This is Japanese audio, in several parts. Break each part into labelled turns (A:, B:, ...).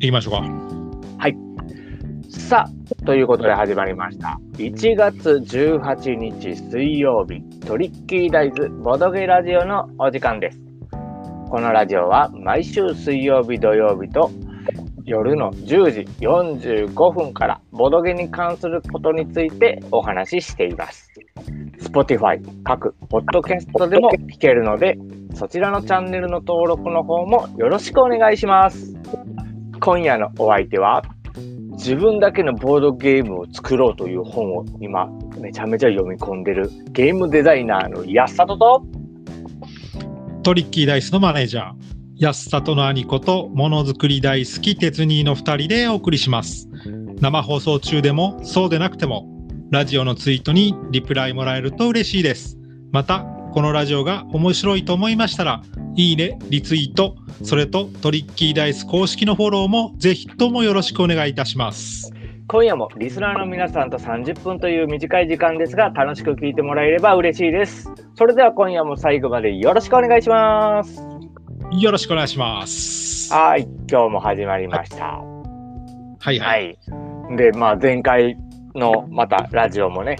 A: きましょうか。
B: さあ、ということで始まりました。1月18日水曜日、トリッキーダイズボドゲラジオのお時間です。このラジオは毎週水曜日、土曜日と夜の10時45分からボドゲに関することについてお話ししています。Spotify 各ポッドキャストでも聞けるので、そちらのチャンネルの登録の方もよろしくお願いします。今夜のお相手は自分だけのボードゲームを作ろうという本を今めちゃめちゃ読み込んでるゲームデザイナーの安里と
A: トリッキーダイスのマネージャー、安里の兄子と、ものづくり大好き、鉄人の2人でお送りします。生放送中でも、そうでなくても、ラジオのツイートにリプライもらえると嬉しいです。また、このラジオが面白いと思いましたら、いいね、リツイート、それとトリッキーダイス公式のフォローもぜひともよろしくお願いいたします。
B: 今夜もリスナーの皆さんと30分という短い時間ですが楽しく聞いてもらえれば嬉しいですそれでは今夜も最後までよろしくお願いします
A: よろしくお願いします。は
B: はい今日も始まりました
A: い
B: は
A: はい。
B: いでまあ前回のまたラジオもね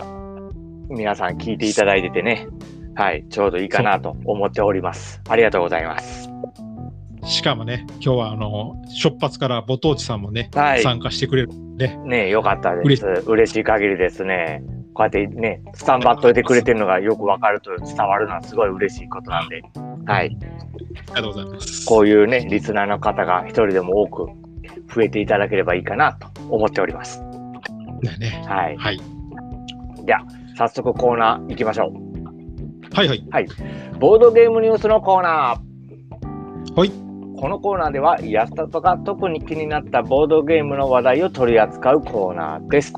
B: 皆さん聞いていただいててねはいちょうどいいかなと思っておりますありがとうございます
A: しかもね、今日はあの、出発からご当地さんもね、
B: はい
A: 参加してくれるんでね。
B: ねえ、よかったです。
A: 嬉
B: 嬉しい限りですね。こうやってね、スタンバっといてくれてるのがよくわかると伝わるのはすごい嬉しいことなんで、は
A: あ
B: い。
A: りがとうございます。
B: こういうね、リスナーの方が一人でも多く増えていただければいいかなと思っております。
A: だよね。
B: はい。
A: はい。
B: では、早速コーナー行きましょ
A: はいはい。
B: う。ボードゲームニュースのコーナー。
A: はい。
B: このコーナーでは、安田とか特に気になったボードゲームの話題を取り扱うコーナーです。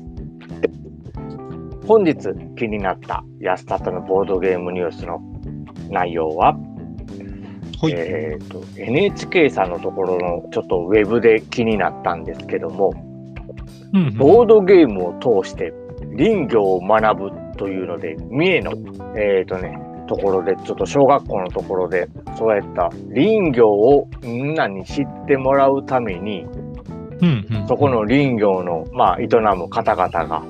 B: 本日気になった安田とのボードゲームニュースの内容は、
A: はい。
B: えーと NHK さんのところのちょっとウェブで気になったんですけども、
A: うんうん
B: ボードゲームを通して林業を学ぶというので、三重の、えーとね、ところで、ちょっと小学校のところで、そうやった林業をみんなに知ってもらうために、
A: うんうん
B: そこの林業の、まあ、営む方々が
A: は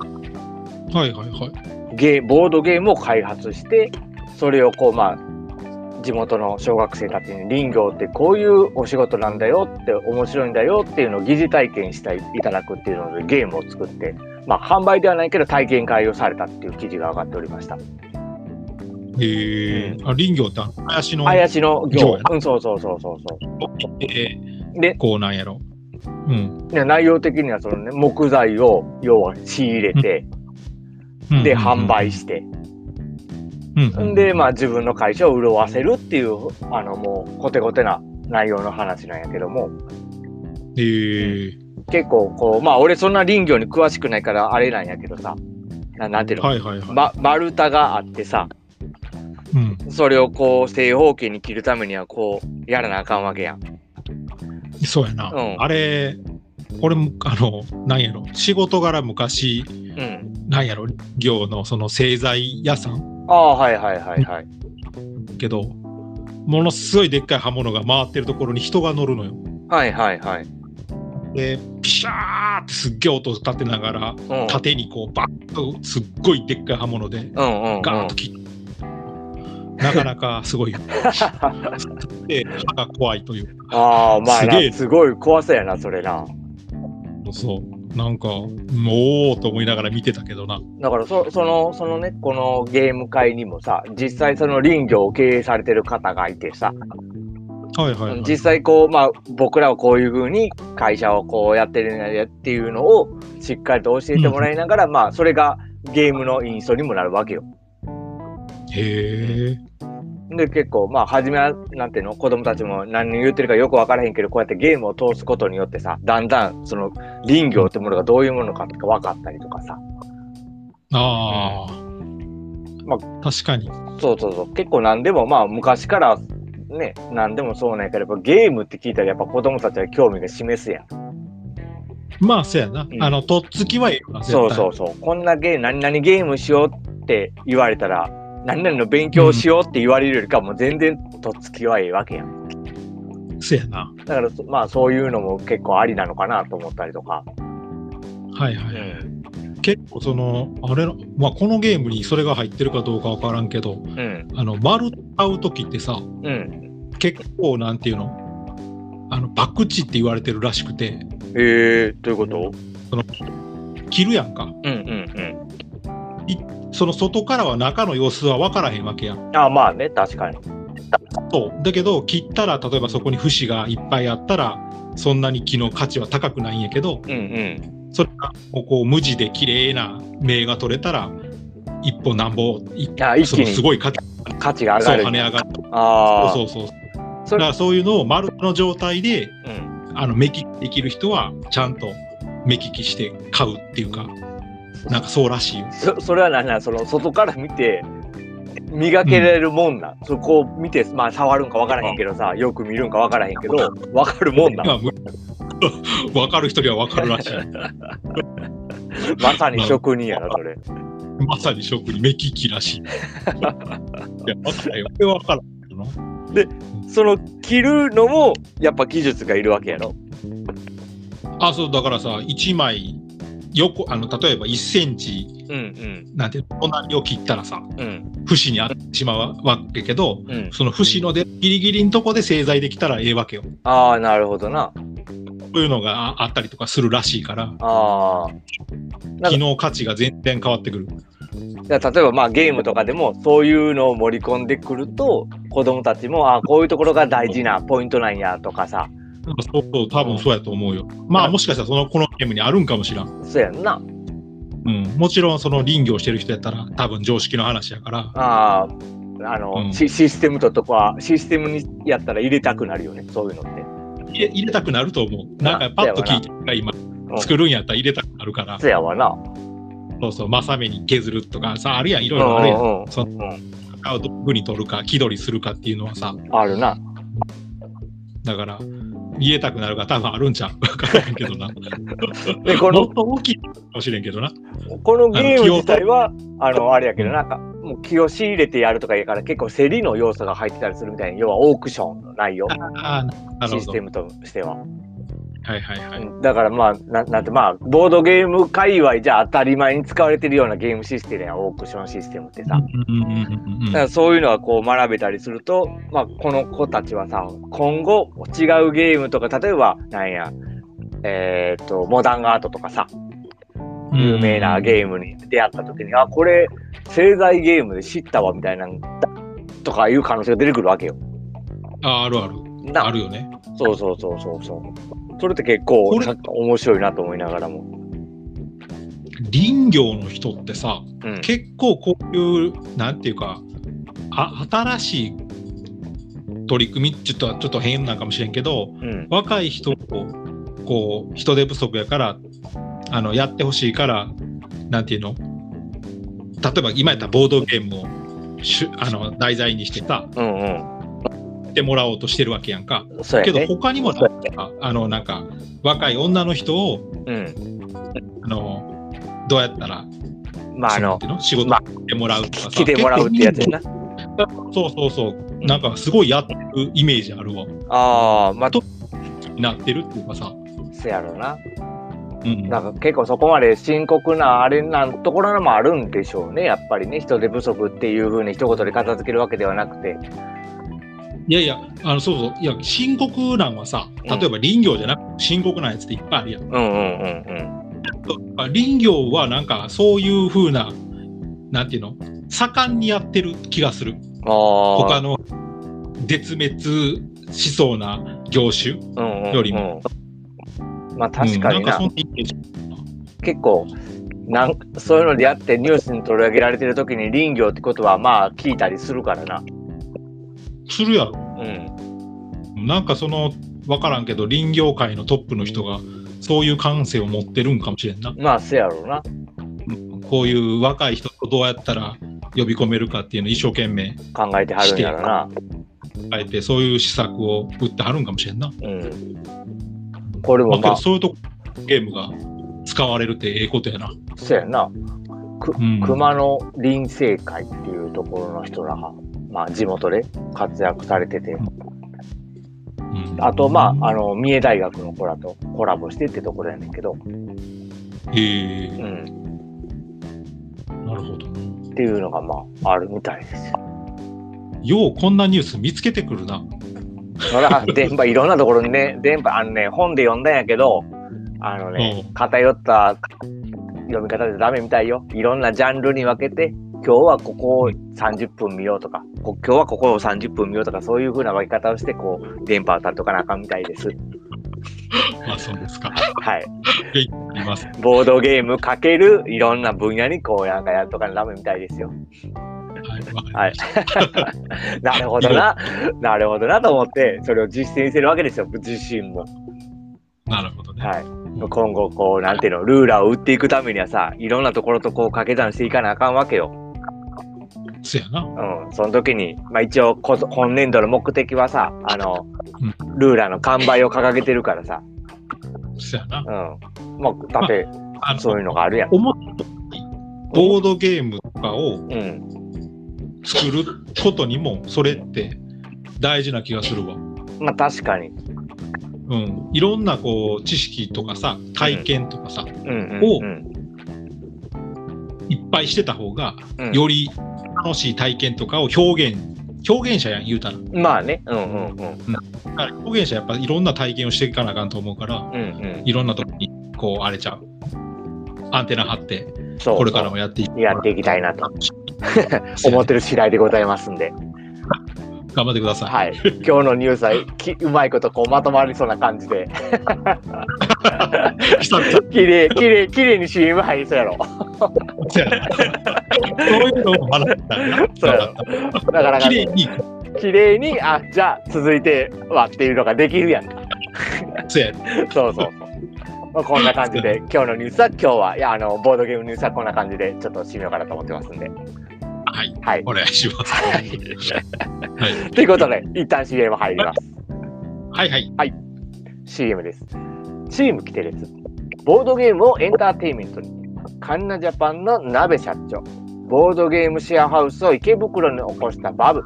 A: いはいはい。
B: ゲー、ボードゲームを開発して、それをこう、まあ、地元の小学生たちに林業ってこういうお仕事なんだよって面白いんだよっていうのを疑似体験していただくっていうのでゲームを作って、まあ、販売ではないけど体験会をされたっていう記事が上がっておりました。
A: えー、あ林業ってあの林の、え
B: 林の
A: 行
B: 行
A: や、
B: うん、そうそうそうそうそ
A: ー
B: う。で、
A: こうなんやろ。うん。
B: ね内容的にはその、ね、木材を要は仕入れて、
A: うん
B: で、販売。して、
A: うんうんうん。
B: で、まあ自分の会社を潤わせるっていう、あのもうコテコテな内容の話なんやけども、
A: えー、
B: 結構こう、まあ俺そんな林業に詳しくないからあれなんやけどさ、ななんていうの、
A: はいはいはい。
B: ま、丸太があってさ、
A: うん。
B: それをこう正方形に切るためにはこうやらなあかんわけやん。
A: そうやな。
B: うん
A: あれ、俺も、あの、なんやろ。仕事柄昔、
B: うん。
A: なんやろ、業のその製材屋さん
B: ああ、はいはいはいはい。
A: けど、ものすごいでっかい刃物が回ってるところに人が乗るのよ。
B: はいはいはい。
A: で、ピシャーってすっげえ音を立てながら、
B: うん。
A: 縦にこうバッとすっごいでっかい刃物で
B: うんうん、うん。
A: ガーンと切っなかなかすご いよ。で歯が怖いという
B: ああ、まあ
A: すげえ
B: な、すごい怖そうやな、それな。
A: そうなんかもうおーと思いながら見てたけどな。
B: だからそ、その、そのね、このゲーム会にもさ、実際その林業を経営されてる方がいてさ、
A: はいはい、はい。
B: 実際こう、まあ、僕らはこういう風に会社をこうやってるんやでっていうのをしっかりと教えてもらいながら、まあ、それがゲームのインストにもなるわけよ。
A: へえ。
B: で、結構、まあ、初めは、なんていうの、子供たちも何言ってるかよくわからへんけど、こうやってゲームを通すことによってさ、だんだん、その、林業ってものがどういうものかとか分かったりとかさ、
A: ああ。
B: ま
A: 確かに。
B: そうそうそう。結構何でもまあ昔からね、何でもそうなんやけど、やっぱゲームって聞いたらやっぱ子供たちは興味が示すやん。
A: まあそうやな。
B: うん
A: あのとっつきはいいよな絶対。
B: そうそうそう。こんなゲーム、何々ゲームしようって言われたら、何々の勉強をしようって言われるよりかはもう全然とっつきはいいわけやん。
A: せやな。
B: だからそまあそういうのも結構ありなのかなと思ったりとか。
A: はいはい。結構その、あれの、まあ、このゲームにそれが入ってるかどうかわからんけど、
B: うん。
A: あの、丸買うときってさ、
B: うん。
A: 結構なんていうのあの、バクチって言われてるらしくて、
B: ええどういうこと
A: 切るやんか。
B: うんうん
A: その外からは中の様子は分からへんわけやん。
B: うん。あまあね、確かに。
A: そう。だけど、切ったら、例えばそこに節がいっぱいあったら、そんなに木の価値は高くないんやけど、
B: うんうん。
A: それがここう無地で綺麗な銘が取れたら、一歩なんぼ、い
B: あ一
A: そ
B: 気
A: のす
B: に
A: ごい価値
B: 価値が上
A: そう
B: がる。
A: 跳ね上がる。
B: ああ。
A: そうそうそう。だ
B: そ
A: か
B: れ
A: らそういうのを丸の状態で、
B: うん、
A: あの、目利きできる人は、ちゃんと目利きして買うっていうか、なんかそうらしいよ。
B: そそれは何なんその外から見て磨けられるもんなん、そこを見て、まあ、触るんか分からへんけどさよく見るんか分からへんけど分かるもんなん
A: まあむ わかる人にはわかるらしい。
B: まさに職人やなそれ。
A: まさに職人、目利きら しい。いや、わからんよ。これわからんよな。
B: その着るのもやっぱ技術がいるわけやろ。
A: あ、そう、だからさ、1枚、横、あの、例えば1センチ、
B: うん
A: なんていうの、隣を切ったらさ、
B: うんうん
A: 節にあってしまうわけけど、
B: うん。
A: その節のでギリギリのとこで製材できたらええわけよ。
B: ああなるほどな。
A: そういうのがああったりとかするらしいから、
B: ああ。なんか
A: 機能価値が全然変わってくる。
B: だから例えばまあゲームとかでもそういうのを盛り込んでくると子供たちもああこういうところが大事なポイントなんやとかさ
A: なんかそうそう、多分そうやと思うよ。まあ、もしかしたらその、このゲームにあるんかもしらん。
B: そうやんな。
A: うん。もちろん、その林業してる人やったら、多分常識の話やから。
B: ああ、あの、
A: うん
B: シシステムととか、システムにやったら入れたくなるよね、そういうのって。
A: 入れ入れたくなると思う。なんかパッと聞いて今作るんやったら入れたくなるから、
B: そやわな。
A: そうそう、まさめに削るとかさ、あるやん、いろいろあるやん。
B: うんうん
A: その使う道具に取るか、木取りするかっていうのはさ、
B: あるな。
A: だから、入れたくなるが多分あるんちゃうわからんけどな。
B: で、こ
A: も
B: の
A: っ、と大きいかもしれんけどな。
B: このゲーム自体は、あの、あれやけど、なんか、もう気を仕入れてやるとかやから、結構競りの要素が入ってたりするみたいな、要はオークションの内容、
A: ああ、なる
B: シ
A: ほ
B: ス
A: ど
B: テ。ムとしては。
A: はいはいはい。
B: うんだからまあ、ななんて、まあ、ボードゲーム界隈じゃ当たり前に使われてるようなゲームシステムやん、オークションシステムってさ。
A: うんうんうんうん
B: だからそういうのはこう学べたりすると、まあ、この子たちはさ今後違うゲームとか例えばなんやえっとモダンアートとかさ
A: うん
B: 有名なゲームに出会った時に、あこれ製材ゲームで知ったわみたいなんだとかいう可能性が出てくるわけよ。
A: ああるある。
B: な
A: あるよね。
B: そうそうそうそうそう。それって結構
A: これ
B: なんか面白いなと思いながらも。
A: 林業の人ってさ、
B: うん、
A: 結構こういうなんていうかあ新しい取り組みちょっとちょっと変なんかもしれんけど
B: うん、
A: 若い人をこう人手不足やからあのやってほしいからなんていうの例えば今やったらボードゲームをしゅあの題材にしてさ
B: うん、うん
A: やってもらおうとしてるわけやんか。
B: そう
A: け
B: や
A: ど
B: ね。
A: 他にもなんかあのなんか若い女の人を
B: うん。
A: あのどうやったら
B: まあ、あ
A: そのな
B: の
A: ん、ていうの仕事
B: まあ
A: してもらうとかさ
B: 来てもらうってやつやな。
A: そうそうそう、なんかすごいやってるイメージあるわ。
B: ああ、まあ、
A: となってるっていうかさ。
B: そうやろな。
A: うん、
B: なんか結構そこまで深刻なあれなんところもあるんでしょうねやっぱりね人手不足っていうふうに一言で片付けるわけではなくて
A: いやいや、あのそうそう、いや、深刻なんはさ、例えば林業じゃなくて深刻なやつっていっぱいあるやん。
B: うんうんうん
A: あ林業はなんかそういう風な、なんていうの、盛んにやってる気がする。
B: うんあ
A: 他
B: あ
A: の絶滅しそうな業種よりも
B: まあ確か
A: う
B: に
A: んなんか
B: な,、
A: そんなイメージ。
B: 結構なんそういうのであってニュースに取り上げられてる時に林業ってことはまあ聞いたりするからな
A: するやろ。
B: うん
A: なんかその分からんけど林業界のトップの人がそういう感性を持ってるんかもしれんな
B: まあせやろうな
A: こういう若い人をどうやったら呼び込めるかっていうのを一生懸命
B: 考えてはるんやろな
A: 考えてそういう施策を打ってはるんかもしれんな、
B: うんこれ
A: ま
B: も
A: あ、け
B: ま
A: ど
B: あ
A: そういうとこゲームが使われるってええことやな、
B: せやな
A: うん、
B: 熊野林生会っていうところの人らが、まあ、地元で活躍されてて、
A: うん
B: あと、まあ、あの、三重大学の子らとコラボしてってところやねんけど、
A: へえ
B: うん、
A: なるほど
B: っていうのが、まあ、あるみたいです よ。
A: ようこんなニュース見つけてくるな
B: ほら、電波、いろんなところにね、電波、あのね、本で読んだんやけど、あのね、偏った読み方でダメみたいよ。いろんなジャンルに分けて、今日はここを30分見ようとか、こ今日はここを30分見ようとか、そういう風な分け方をして、こう、電波を立っとかなあかんみたいです。
A: まあそうです か
B: はい。
A: います
B: ボードゲームかけるいろんな分野にこうなんかやっとかなダメみたいですよ。
A: はいわかり
B: はい
A: ました、。
B: なるほどな。なるほどなと思って、それを実践してるわけですよ、自身も。
A: なるほどね、
B: はい。今後、こう、なんていうの、ルーラーを打っていくためにはさ、いろんなところとこう掛け算していかなあかんわけよ。
A: そやな
B: うん。その時に、まあ一応こ、今年度の目的はさ、あの
A: うん、
B: ルーラーの完売を掲げてるからさ、
A: そやな
B: うん。まあ、だって、
A: あの
B: そういうのがあるやん。
A: 思ったよりボードゲームとかを
B: うん。
A: 作ることにもそれって大事な気がするわ。
B: まあ確かに。
A: うん、いろんなこう知識とかさ体験とかさ、
B: うんうん、
A: お
B: うん。
A: いっぱいしてた方が
B: うん
A: より楽しい体験とかを表現表現者やん言うたら
B: まあね。うんうんうん。
A: だから表現者やっぱいろんな体験をしていかなあかんと思うから
B: うんうん
A: いろんなとこにこうあれちゃうアンテナ張って
B: そう
A: これからもやってい
B: やっていきたいなと 思
A: 思
B: っ
A: って
B: る次第でございますんで、
A: 頑張ってください。
B: はい、今日のニュースはきうまいことこうまとまりそうな感じで、
A: 久々
B: きれいきれいきれいに CM 入りそうやろ。
A: そうやなそういうのも学んだな。
B: そうやろなかなか
A: 綺麗に
B: きれいに、あじゃあ続いてはっていうのができるやんか。
A: そうや
B: そうそうそう。まあ、こんな感じで、今日のニュースは今日は、いや、あの、ボードゲームニュースはこんな感じで、ちょっと締めようかなと思ってますんで。
A: はい、
B: はい。
A: お願いします。はい、
B: ということで、一旦 CM 入ります。
A: はい、はい、
B: CM です。チームキテレツ。ボードゲームをエンターテインメントに。カンナジャパンの鍋社長。ボードゲームシェアハウスを池袋に起こしたバブ。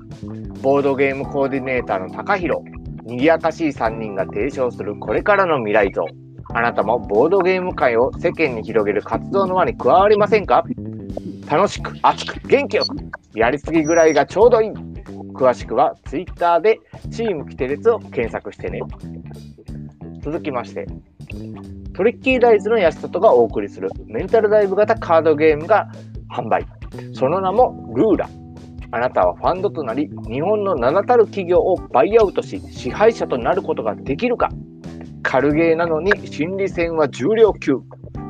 B: ボードゲームコーディネーターの高弘。にぎやかしい3人が提唱するこれからの未来像。あなたもボードゲーム界を世間に広げる活動の輪に加わりませんか楽しく、熱く、元気よく。やりすぎぐらいがちょうどいい。詳しくは Twitter でチームキテレツを検索してね。続きましてトリッキーダイズの安里がお送りするメンタルダイブ型カードゲームが販売その名もルーラあなたはファンドとなり日本の名だたる企業をバイアウトし支配者となることができるか軽ゲーなのに心理戦は重量級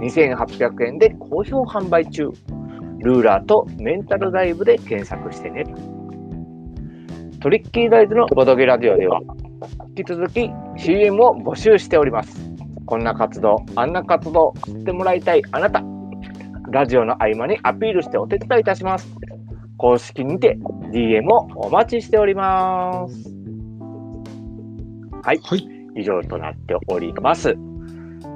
B: 2800円で好評販売中ルーラーとメンタルダイブで検索してねトリッキーダイズのボドゲラジオでは引き続き CM を募集しておりますこんな活動あんな活動知ってもらいたいあなたラジオの合間にアピールしてお手伝いいたします公式にて DM をお待ちしておりますはい、
A: はい
B: 以上となっております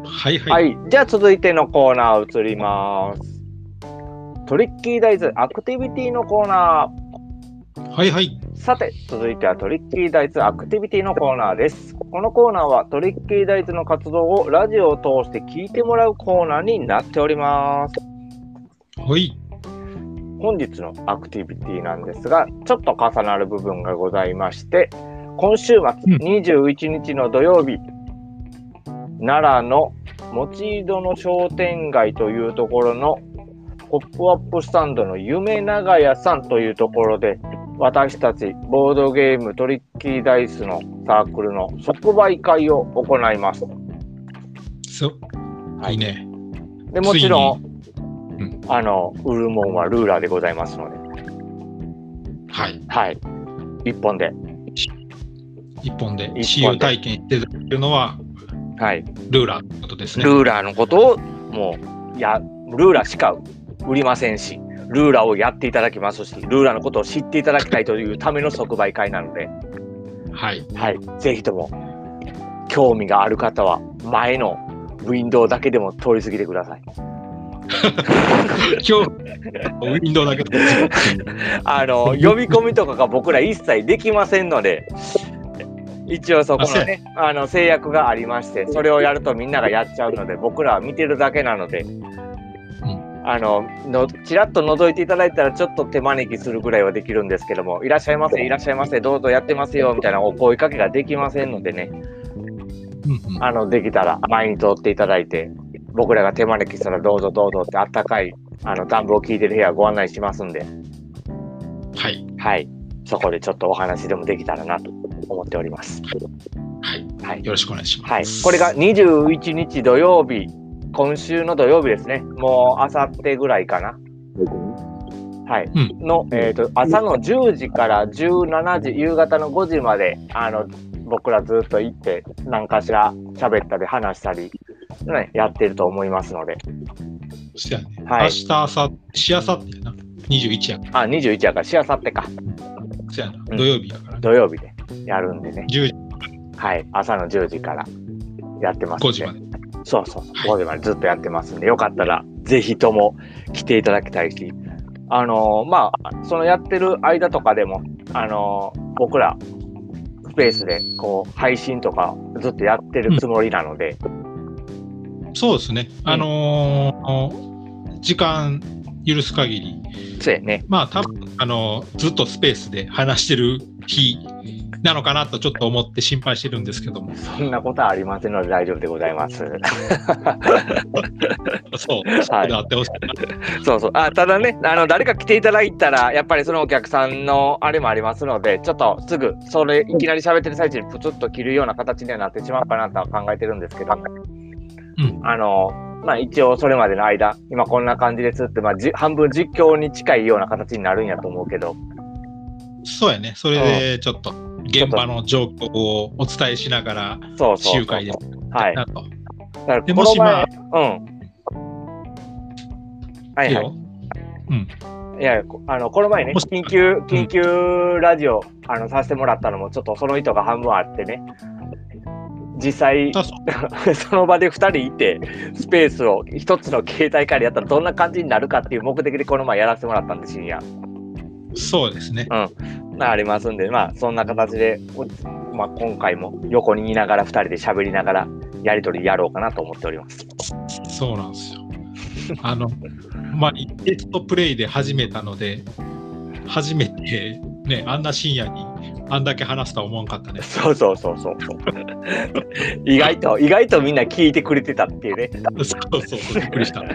A: はい、は、
B: はいい、じゃあ続いてのコーナー移りますトリッキーダイズアクティビティのコーナー
A: はい、はい、
B: さて、続いてはトリッキーダイズアクティビティのコーナーです。このコーナーはトリッキーダイズの活動をラジオを通して聞いてもらうコーナーになっております。
A: はい、
B: 本日のアクティビティなんですが、ちょっと重なる部分がございまして、今週末
A: うん
B: 21日の土曜日、奈良の持井戸の商店街というところのポップアップスタンドの夢長屋さんというところで、私たちボードゲームトリッキーダイスのサークルの即売会を行います。
A: そう、
B: はい
A: いいね。
B: でもちろん、
A: ついに
B: あの売るもんはルーラーでございますので、
A: はい、
B: はい、1本で。
A: 一本で
B: で
A: 私有体験していただけるのは
B: はい
A: ルーラーということですね。
B: ルーラーのことをもういやルーラーしか売りませんしルーラーをやっていただきますしルーラーのことを知っていただきたいというための即売会なので、
A: はい、
B: はい、ぜひとも興味がある方は前のウィンドウだけでも通り過ぎてください。
A: 今日、ウィンドウだけ で。
B: あの呼び込みとかが僕ら一切できませんので一応そこのねあの制約がありましてそれをやるとみんながやっちゃうので僕らは見てるだけなので、あののちらっと覗いていただいたらちょっと手招きするぐらいはできるんですけども「いらっしゃいませいらっしゃいませどうぞやってますよ」みたいなお声かけができませんのでね
A: うんうん
B: あのできたら前に通っていただいて僕らが手招きしたらどうぞどうぞってあったかいあの暖房を聞いてる部屋ご案内しますんで
A: はい。
B: はいそこでちょっとお話でもできたらなと思っております。
A: はい。
B: はい
A: よろしくお願いします。
B: はい、これが21日土曜日、今週の土曜日ですね、もうあさってぐらいかな。はい、
A: う
B: の、えー、と朝の10時から17時、夕方の5時まで、あの僕らずっと行って、何かしら喋ったり話したり、ね、やってると思いますので、
A: そやね。
B: はい
A: 明日、明後日、しあさってやな。21やか
B: あ21やから、しあさってか、
A: ら。そやな。
B: ん
A: 土曜日やから、ね。
B: 土曜日でやるんでね、
A: 10時、
B: はい、朝の10時からやってますん
A: 5時まで。
B: そうそうそう、
A: はい
B: ここでまでずっとやってますんで、よかったら、ぜひとも来ていただきたいし、あのーまあ、そのやってる間とかでも、あのー僕ら、スペースで、こう、配信とか、ずっとやってるつもりなので、
A: そうですね。あのー時間許す限り、
B: そうやね。
A: まあ、多分あのーずっとスペースで話してる日なのかなとちょっと思って心配してるんですけ ども。
B: そんなことはありませんので大丈夫でござい ます。
A: そう、そ
B: は
A: う
B: い
A: であってほしいな。
B: そうそう。あ、ただね、あの、誰か来ていただいたら、やっぱりそのお客さんのあれもありますので、ちょっとすぐ、それ、いきなり喋ってる最中にプツッと切るような形にはなってしまうかなとは考えてるんですけど、
A: うん
B: あの、まあ一応それまでの間、今こんな感じですって、まあじ半分実況に近いような形になるんやと思うけど、
A: そうやね。それで、ちょっと、現場の状況をお伝えしながら、
B: そうそうそう
A: 集会で。
B: はい。
A: なと。
B: だから
A: でも
B: この
A: しま
B: 前
A: あ、
B: うん。はい
A: いい。
B: はい
A: よ
B: いや、こあの、この前ね、
A: もし
B: 緊急、緊急ラジオ、あの、させてもらったのも、ちょっとその意図が半分あってね、実際、
A: あそう
B: その場で2人いて、スペースを1つの携帯からやったらどんな感じになるかっていう目的で、この前やらせてもらったんで、深夜。
A: そうですね。
B: まあ、ありますんで、まあ、そんな形で、おまあ、今回も横にいながら、2人で喋りながら、やりとりやろうかなと思っております。
A: そうなんですよ。あの、まあ、テストプレイで始めたので、初めて、ね、あんな深夜に、あんだけ話すとは思わんかったね。
B: そうそうそうそうそう。意外と、意外とみんな聞いてくれてたっていうね。
A: そうそうそう、びっくりした。
B: うん。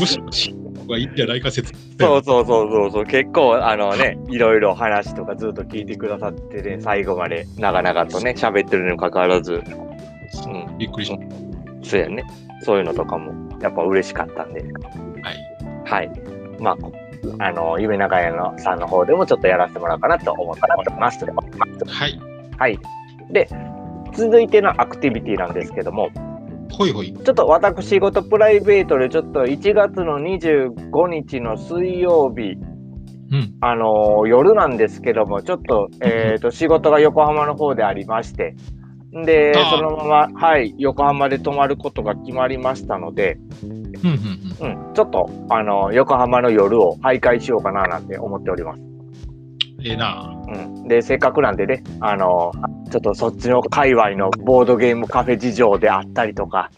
A: むしろ深夜の方がいいんじゃないか説。
B: そうそうそうそうそう結構あのねいろいろ話とかずっと聞いてくださってね最後まで長々とね喋ってるにもかかわらずうん
A: びっくりした。
B: そうやねそういうのとかもやっぱ嬉しかったんで
A: はい。
B: はいまあこあの夢長屋のさんの方でもちょっとやらせてもらおうかなと思っております
A: はい。
B: はいで続いてのアクティビティなんですけども
A: ほいほい。
B: ちょっと私事プライベートでちょっと1月の25日の水曜日
A: うん。
B: あのー夜なんですけども、ちょっと、えっ、と、仕事が横浜の方でありまして、で、
A: ああ
B: そのまま、はい、横浜で泊まることが決まりましたので、
A: うんうんうん。
B: うん、ちょっと、あのー横浜の夜を徘徊しようかななんて思っております。
A: ええな
B: うん。で、せっかくなんでね、あのーちょっとそっちの界隈のボードゲームカフェ事情であったりとか、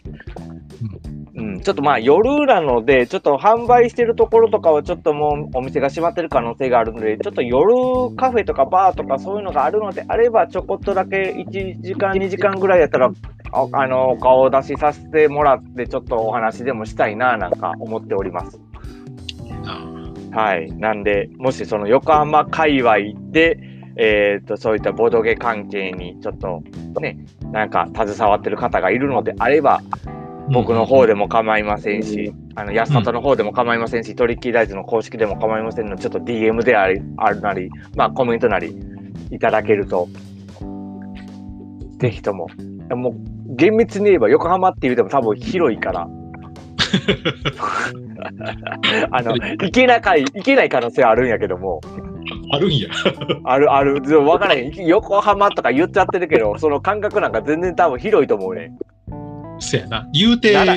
B: うん、ちょっとまあ夜なので、ちょっと販売してるところとかはちょっともうお店が閉まってる可能性があるので、ちょっと夜カフェとかバーとかそういうのがあるのであれば、ちょこっとだけ1時間、2時間ぐらいやったら、ああの、お顔出しさせてもらって、ちょっとお話でもしたいななんか思っております。
A: ええな
B: はい。なんで、もしその横浜界隈で、えっ、と、そういったボドゲ関係にちょっとね、なんか携わってる方がいるのであれば、僕の方でも構いませんし、あの安里の方でも構いませんし、トリッキーダイズの公式でも構いませんので、ちょっと DM でありあるなり、まあ、コメントなりいただけると、ぜひとも、もう厳密に言えば横浜って言うても多分広い から。あの行けなかい行けない可能性はあるんやけども
A: あるんや。
B: あるあるでも分からへん横浜とか言っちゃってるけどその感覚なんか全然多分広いと思うね
A: せやな。言うて
B: なら、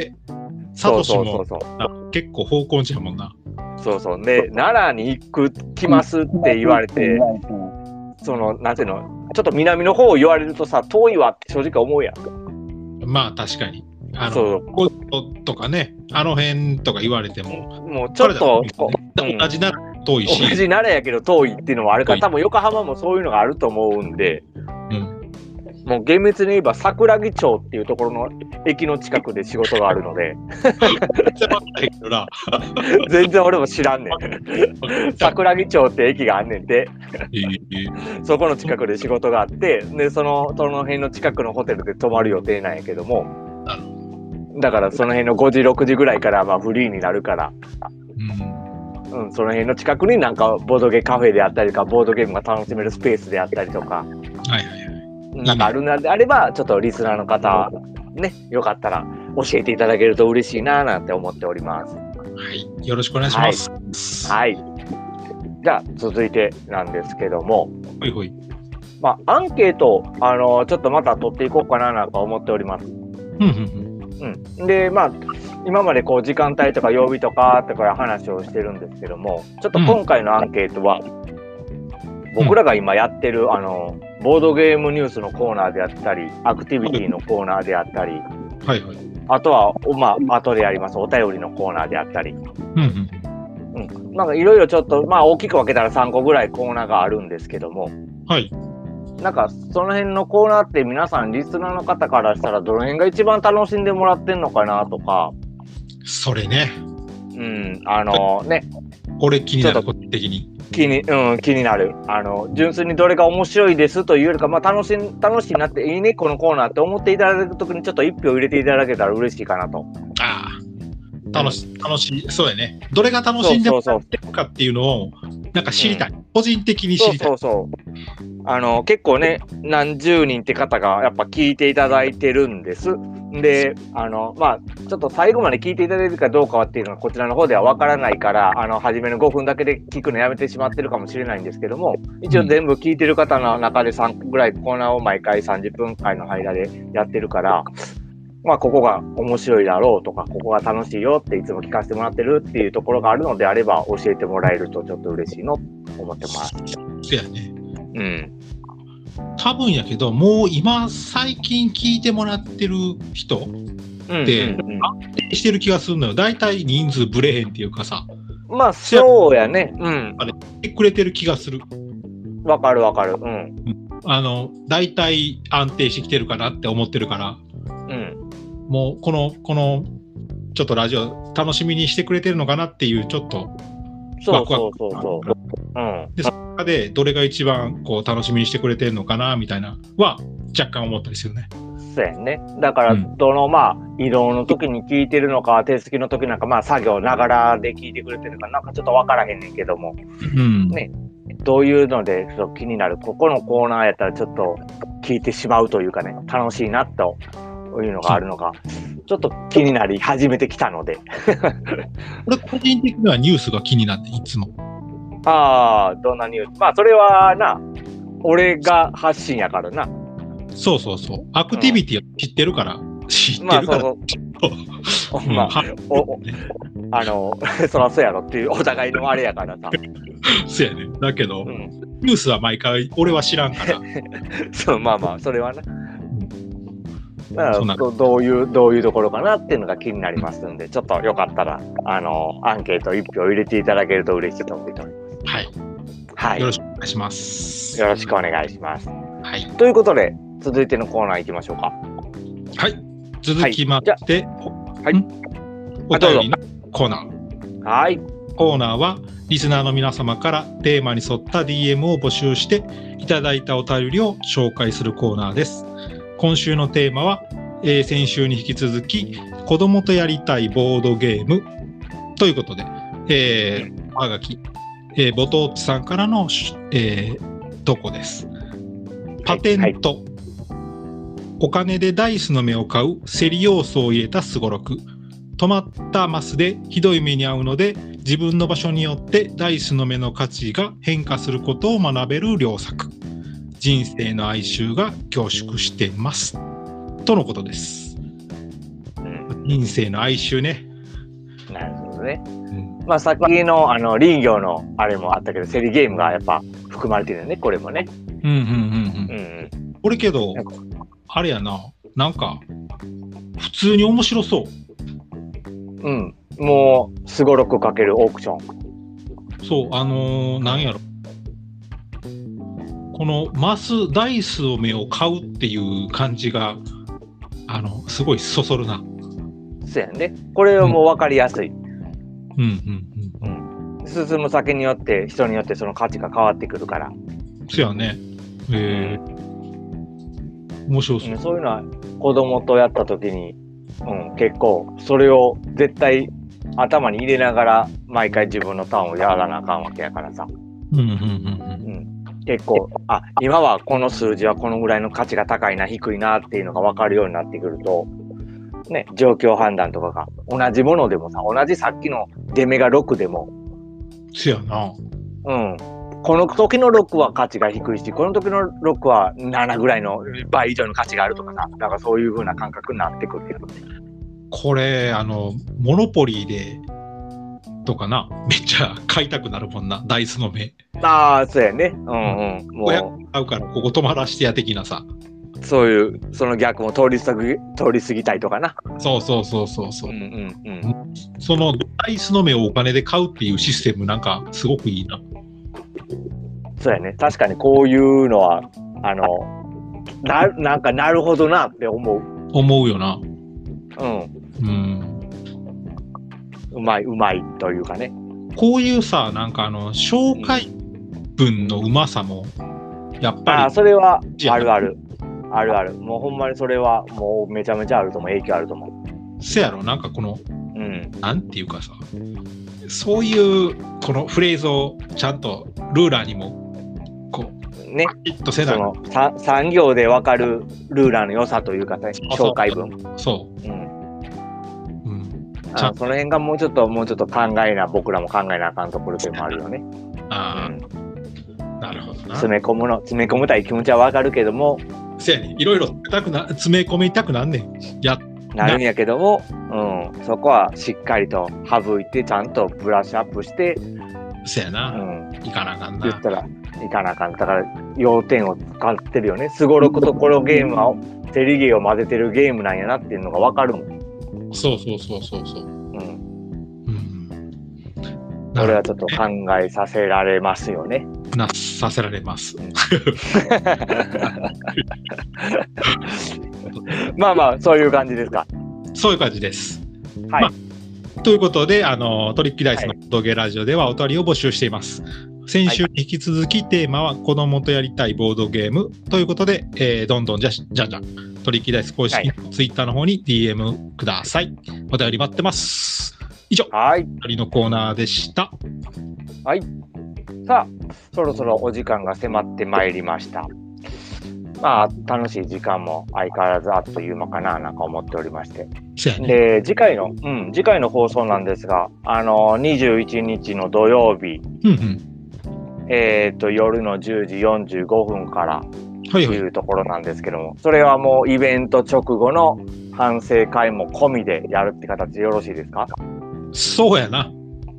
A: サトシ
B: そうそうそ
A: も
B: うそう
A: な結構方向じゃもんな。
B: そうそう。で、奈良に行く、来ますって言われて、その、なんていうの、ちょっと南の方を言われるとさ、遠いわって正直思うやんか。
A: まあ確かに。あ
B: そ
A: の、
B: う
A: こことかね、あの辺とか言われても、
B: もうちょっと、こううん
A: 同じなら遠い
B: 同
A: し、
B: じ奈良やけど遠いっていうのはあるから、
A: 遠
B: 多分横浜もそういうのがあると思うんで、
A: うん、
B: もう厳密に言えば桜木町っていうところの駅の近くで仕事があるので、
A: 狭いけどな。
B: 全然俺も知らんねん。桜木町って駅があんねんで、
A: えー
B: そこの近くで仕事があって、で、その、その辺の近くのホテルで泊まる予定なんやけども、だからその辺の5時、6時ぐらいからまあフリーになるから、
A: うん
B: うん、その辺の近くになんかボードゲーカフェであったりとか、ボードゲームが楽しめるスペースであったりとか、
A: はいはいはい。
B: なんかあるなであれば、ちょっとリスナーの方、ね、よかったら教えていただけると嬉しいななんて思っております。
A: はい、よろしくお願いします。
B: はい。じゃあ、続いてなんですけども、
A: ほいほい。
B: まあ、アンケートを、あのちょっとまた取っていこうかななんか思っております。
A: うんうん
B: うん。で、まあ、今までこう、時間帯とか曜日とかとか話をしてるんですけども、ちょっと今回のアンケートは、僕らが今やってる、あの、ボードゲームニュースのコーナーであったり、アクティビティのコーナーであったり、
A: うん。はいはい。うん
B: あとは、おまあ、後でやります、お便りのコーナーであったり、
A: うん。
B: なんかいろいろちょっと、まあ、大きく分けたら3個ぐらいコーナーがあるんですけども、
A: はい。
B: なんか、その辺のコーナーって皆さん、リスナーの方からしたら、どの辺が一番楽しんでもらってんのかなとか、
A: それね、
B: うん、あのね、
A: 俺気になること的に。
B: 気に、うん、気になる。あの、純粋にどれが面白いですというよりか、まあ、楽しん、楽しいなって、いいね、このコーナーって思っていただくときに、ちょっと1票入れていただけたら嬉しいかなと。
A: ああ、楽し、楽しい。そうやね。どれが楽しんでもらってるかっていうのを、なんか知りたい。個人的に知
B: そう
A: りたい。
B: そうそう。あの結構ね何十人って方がやっぱ聞いていただいてるんです。であのまあちょっと最後まで聞いていただいてるかどうかはっていうのはこちらの方ではわからないからあの初めの5分だけで聞くのやめてしまってるかもしれないんですけども一応全部聞いてる方の中で3ぐらいコーナーを毎回30分間の間でやってるから。まあ、ここが面白いだろうとか、ここが楽しいよっていつも聞かせてもらってるっていうところがあるのであれば、教えてもらえるとちょっと嬉しいのと思ってます。
A: そうやね。
B: うん。
A: 多分やけど、もう今、最近聞いてもらってる人、で
B: うんうん
A: してる気がするのよ。大体人数ぶれへんっていうかさ、
B: うんまあそうやね。うん。
A: 来てくれてる気がする。
B: わかるわかる。うん。
A: あの、大体安定してきてるかなって思ってるから、
B: うん。
A: もうこの、この、ちょっとラジオ楽しみにしてくれてるのかなっていう、ちょっと
B: そうそうそうそう。うん。
A: で、その中でどれが一番こう楽しみにしてくれてるのかなみたいなは若干思ったりするね。
B: そうやね。だから、
A: うん
B: どの、まあ、移動の時に聞いてるのか、手すきの時なんか、まあ、作業ながらで聞いてくれてるのか、なんかちょっとわからへんねんけども、
A: うん。
B: ねどういうので、ちょっと気になる、ここのコーナーやったら、ちょっと聞いてしまうというかね、楽しいなというのがあるのが、ちょっと気になり始めてきたので、
A: 俺個人的にはニュースが気になっていつも。
B: ああ、どんなニュースまあ、それはな、俺が発信やからな。
A: そうそうそう。アクティビティを知ってるから、知って
B: まあ、
A: る
B: そ
A: か
B: う
A: ら。
B: そう。
A: うん
B: まあ、
A: は
B: お、おあの、 そらそうやろっていうお互いのあれやからさ。
A: そうやね。だけど、
B: うん。
A: ニュースは毎回俺は知らん から。
B: そう、まあまあ、それはな。だか
A: そんな
B: らどどういう、どういうところかなっていうのが気になりますんで、ちょっとよかったら、あの、アンケート1票入れていただけると嬉しいと思っております。
A: はい。
B: はい。
A: よ
B: よ
A: ろしくお願いします。
B: ろしくお願いします。
A: はい。
B: ということで、続いてのコーナー行きましょうか。
A: はい。続きまして、
B: ゃはい
A: んお便りのコーナー。
B: はい。
A: コーナーはリスナーの皆様からテーマに沿った DM を募集していただいたお便りを紹介するコーナーです。今週のテーマは、えー先週に引き続き子供とやりたいボードゲームということで、えー、おはがき、えー、ボトーチさんからの、えー投稿です。パテント、お金でダイスの目を買う競り要素を入れたすごろく止まったマスでひどい目に遭うので自分の場所によってダイスの目の価値が変化することを学べる良作人生の哀愁が凝縮してますとのことです
B: うん
A: 人生の哀愁ね、
B: なるほどね。まあ、さっきの、あの、林業のあれもあったけど、セリゲームがやっぱ含まれてるよね、これもね。
A: うんうんうんう
B: うんん
A: れけど
B: なんか、
A: あれやな、なんか、普通に面白そ
B: うん。もう、すごろくかけるオークション。
A: う。そう、あのーなんやろ。このマス、ダイスを目を買うっていう感じが、あの、すごいそそるな。
B: そうやね。これはもう分かりやすい。
A: うんうん
B: 進む先によって、人によってその価値が変わってくるから。
A: うん。そやね。えー、面白そう
B: うん。そういうのは子供とやった時に、うん、結構それを絶対頭に入れながら毎回自分のターンをやらなあかんわけやからさ
A: うんうんうん
B: 結構あ今はこの数字はこのぐらいの価値が高いな低いなっていうのが分かるようになってくると、ね、状況判断とかが同じものでもさ同じさっきの出目が6でも、
A: うん。そやな。
B: うん、この時の6は価値が低いしこの時の6は7ぐらいの倍以上の価値があるとかさだからそういう風な感覚になってくるけど
A: これあのモノポリーでとかなめっちゃ買いたくなるもんなダイスの目
B: ああ、そうやね。うんうん。も
A: 500買うからここ止まらしてや的なさ
B: う、そういう、その逆も通り過ぎ、通り過ぎたいとかな。
A: そうそうそうそうそううん
B: うん
A: そのダイスの目をお金で買うっていうシステムなんかすごくいいな
B: うん。そうやね。確かにこういうのは、あの、ななんかなるほどなって思う。
A: 思うよな
B: うん。
A: うん
B: うまい、うまいというかね。
A: こういうさなんかあの紹介文のうまさもやっ
B: ああ、
A: ぱ
B: それはあるある。あるある。もうほんまにそれはもうめちゃめちゃあると思う。影響あると思
A: りせやろなんかこの
B: う。うん。
A: なんていうかさそういうこのフレーズをちゃんとルーラーにもこう
B: ね。
A: ピッとせ
B: そ
A: ない
B: のさ産業でわかるルーラーの良さというかね、
A: そう
B: 紹介文。
A: そう
B: うん。
A: うん、
B: あ
A: ちゃん
B: その辺がもうちょっともうちょっと考えな僕らも考えなあかんところでもあるよね、う
A: あ
B: ん、
A: あ、なるほどな。
B: 詰め込むの詰め込むたい気持ちはわかるけども
A: せやねいろいろ詰めたくな詰め込みたくなんねん。や
B: なるんやけども、うん、そこはしっかりと省いてちゃんとブラッシュアップして、
A: せや
B: う
A: な、
B: ん、
A: いかなあかん
B: 言っ
A: な。
B: たらいかなあかんだから要点を使ってるよねすごろくところゲームはセリゲーを混ぜてるゲームなんやなっていうのがわかるもん、
A: そうそうそうそうそう。
B: うん、
A: うん。
B: それ
A: な
B: はちょっと考えさせられますよね
A: なさせられます。
B: まあまあそういう感じですか
A: そういう感じです。
B: はい、
A: まということで、あのトリッキーダイスの道芸ラジオではお便りを募集しています。先週に引き続きテーマは子供とやりたいボードゲームということで、えーどんどんじゃしじゃんじゃんトリッキーダイス公式のツイッターの方に DM ください。お便り待ってます。以上、
B: はい
A: お便りのコーナーでした。
B: さあそろそろお時間が迫ってまいりましたまあ楽しい時間も相変わらずあっという間かななんか思っておりまして
A: せやね。
B: で次回の、うん、次回の放送なんですがあの21日の土曜日
A: うんうん。
B: えー、と夜の10時45分から
A: は
B: と
A: いはいい。
B: うところなんですけどもそれはもうイベント直後の反省会も込みでやるって形でよろしいですか
A: そうやな。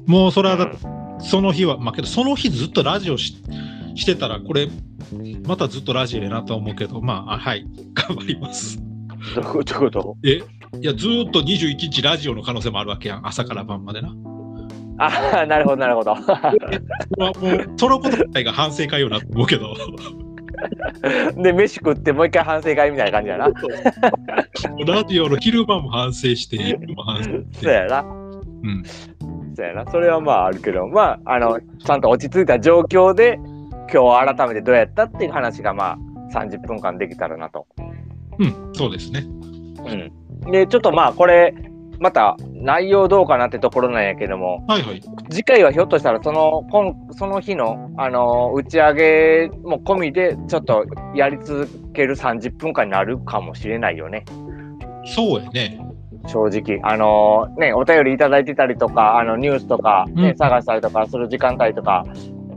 A: もうそれはだ
B: うん
A: その日は、まあけど、その日ずっとラジオししてたら、これ、またずっとラジオやなとは思うけど、まあ、あはい、 頑張ります。
B: どういうこと
A: えいや、ずーっと21日ラジオの可能性もあるわけやん、朝から晩までな。
B: ああなるほどなるほど
A: それはもう、そのこと自体が反省会よなと思うけど。
B: で飯食ってもう一回反省会みたいな感じだな
A: ラジオの昼間も反省して、夜も反省し
B: そう
A: て。
B: やな。
A: うん。
B: そうやな。それはまああるけど、まあ、あの、ちゃんと落ち着いた状況で、今日改めてどうやったっていう話が、まあ、30分間できたらなと。
A: うん、そうですね。
B: うん。で、ちょっとまあ、これ、また内容どうかなってところなんやけども、
A: はいはい。
B: 次回はひょっとしたらその、こんその日の、あの、打ち上げも込みで、ちょっとやり続ける30分間になるかもしれないよね。
A: そうやね。
B: 正直、あのね、お便りいただいてたりとか、あのニュースとか、ね
A: うん
B: 探したりとかする時間帯とか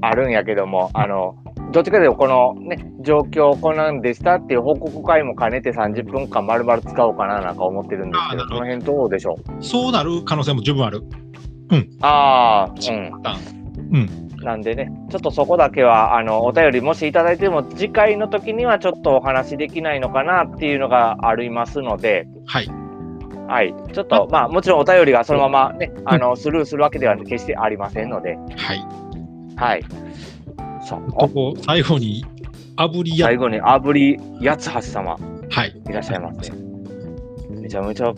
B: あるんやけども、あのどっちかというと、この、ね、状況、こんなんでしたっていう報告会も兼ねて30分間、まるまる使おうかななんか思ってるんですけ
A: あ
B: ど、
A: ー
B: その辺どうでしょう
A: そうなる可能性も十分ある。
B: ああ、うん。
A: うん。
B: なんでね、ちょっとそこだけは、あの、お便りもしいただいても、次回の時にはちょっとお話できないのかなっていうのがありますので、
A: はい。
B: はい。ちょっと、まあ、もちろんお便りがそのままね、あの、スルーするわけでは決してありませんので、
A: はい。
B: はい。そう。
A: とこう最後に、炙りや
B: 最、後に、炙り八橋様、
A: はい。
B: いらっしゃいませ。めちゃめちゃ、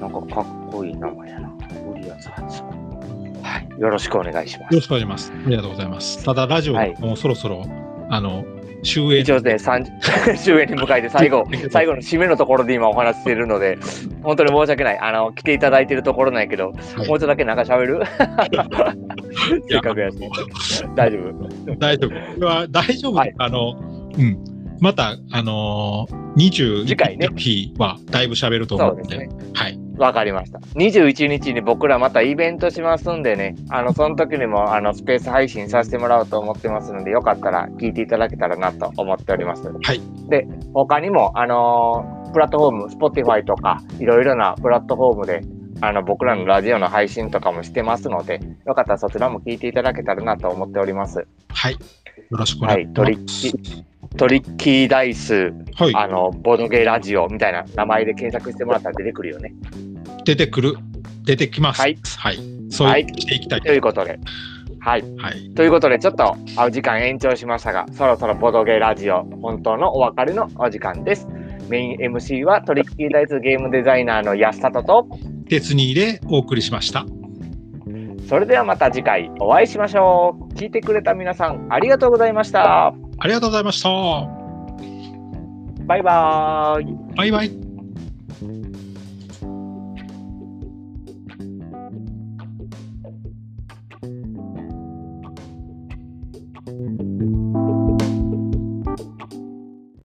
B: なんかかっこいい名前やな。炙り八橋様。はい。よろしくお願いしま
A: よろ
B: す。
A: しくお願いします。ありがとうございます。ただ、ラジオ、
B: はい
A: もうそろそろ、あの、終焉
B: 一応ね、三 終焉に向かえて最 後、最後の締めのところで今お話ししているので、本当に申し訳ない。あの、来ていただいてるところなんやけ
A: は
B: ど、
A: い
B: もうちょっとだけなんか喋 る
A: いや
B: せっかくやし。大丈夫。
A: 大丈夫。これは大丈夫、
B: はい
A: あの、うん。また、あのー、
B: 次回ね
A: 21の日はだいぶ喋ると
B: そ
A: 思う
B: う
A: の
B: で
A: で、
B: すね。
A: はい。。
B: わかりました。21日に僕らまたイベントしますんでね、あの、その時にも、あの、スペース配信させてもらおうと思ってますので、よかったら聞いていただけたらなと思っております。はいで、他にも、あのープラットフォーム、Spotify とか、いろいろなプラットフォームで、あの、僕らのラジオの配信とかもしてますので、よかったらそちらも聞いていただけたらなと思っております。
A: はい。よろしくお
B: は
A: 願いし。
B: い
A: ま
B: トリッキー、トリッキーダイス、
A: す。はい。
B: あの、ボードゲーラジオみたいな名前で検索してもらったら出てくるよね。
A: 出てくる。出てきます。
B: はい。
A: はい。そう
B: はいいう
A: ふうにしていきたい。
B: ということで、はい。
A: はい。
B: ということで、ちょっとあお時間延長しましたが、そろそろボドゲラジオ、本当のお別れのお時間です。メイン MC はトリッキーダイズゲームデザイナーの安里と、
A: 鉄にでお送りしました。
B: それではまた次回お会いしましょう。聞いてくれた皆さん、ありがとうございました。
A: ありがとうございました。
B: バイバーイ。
A: バイバイ。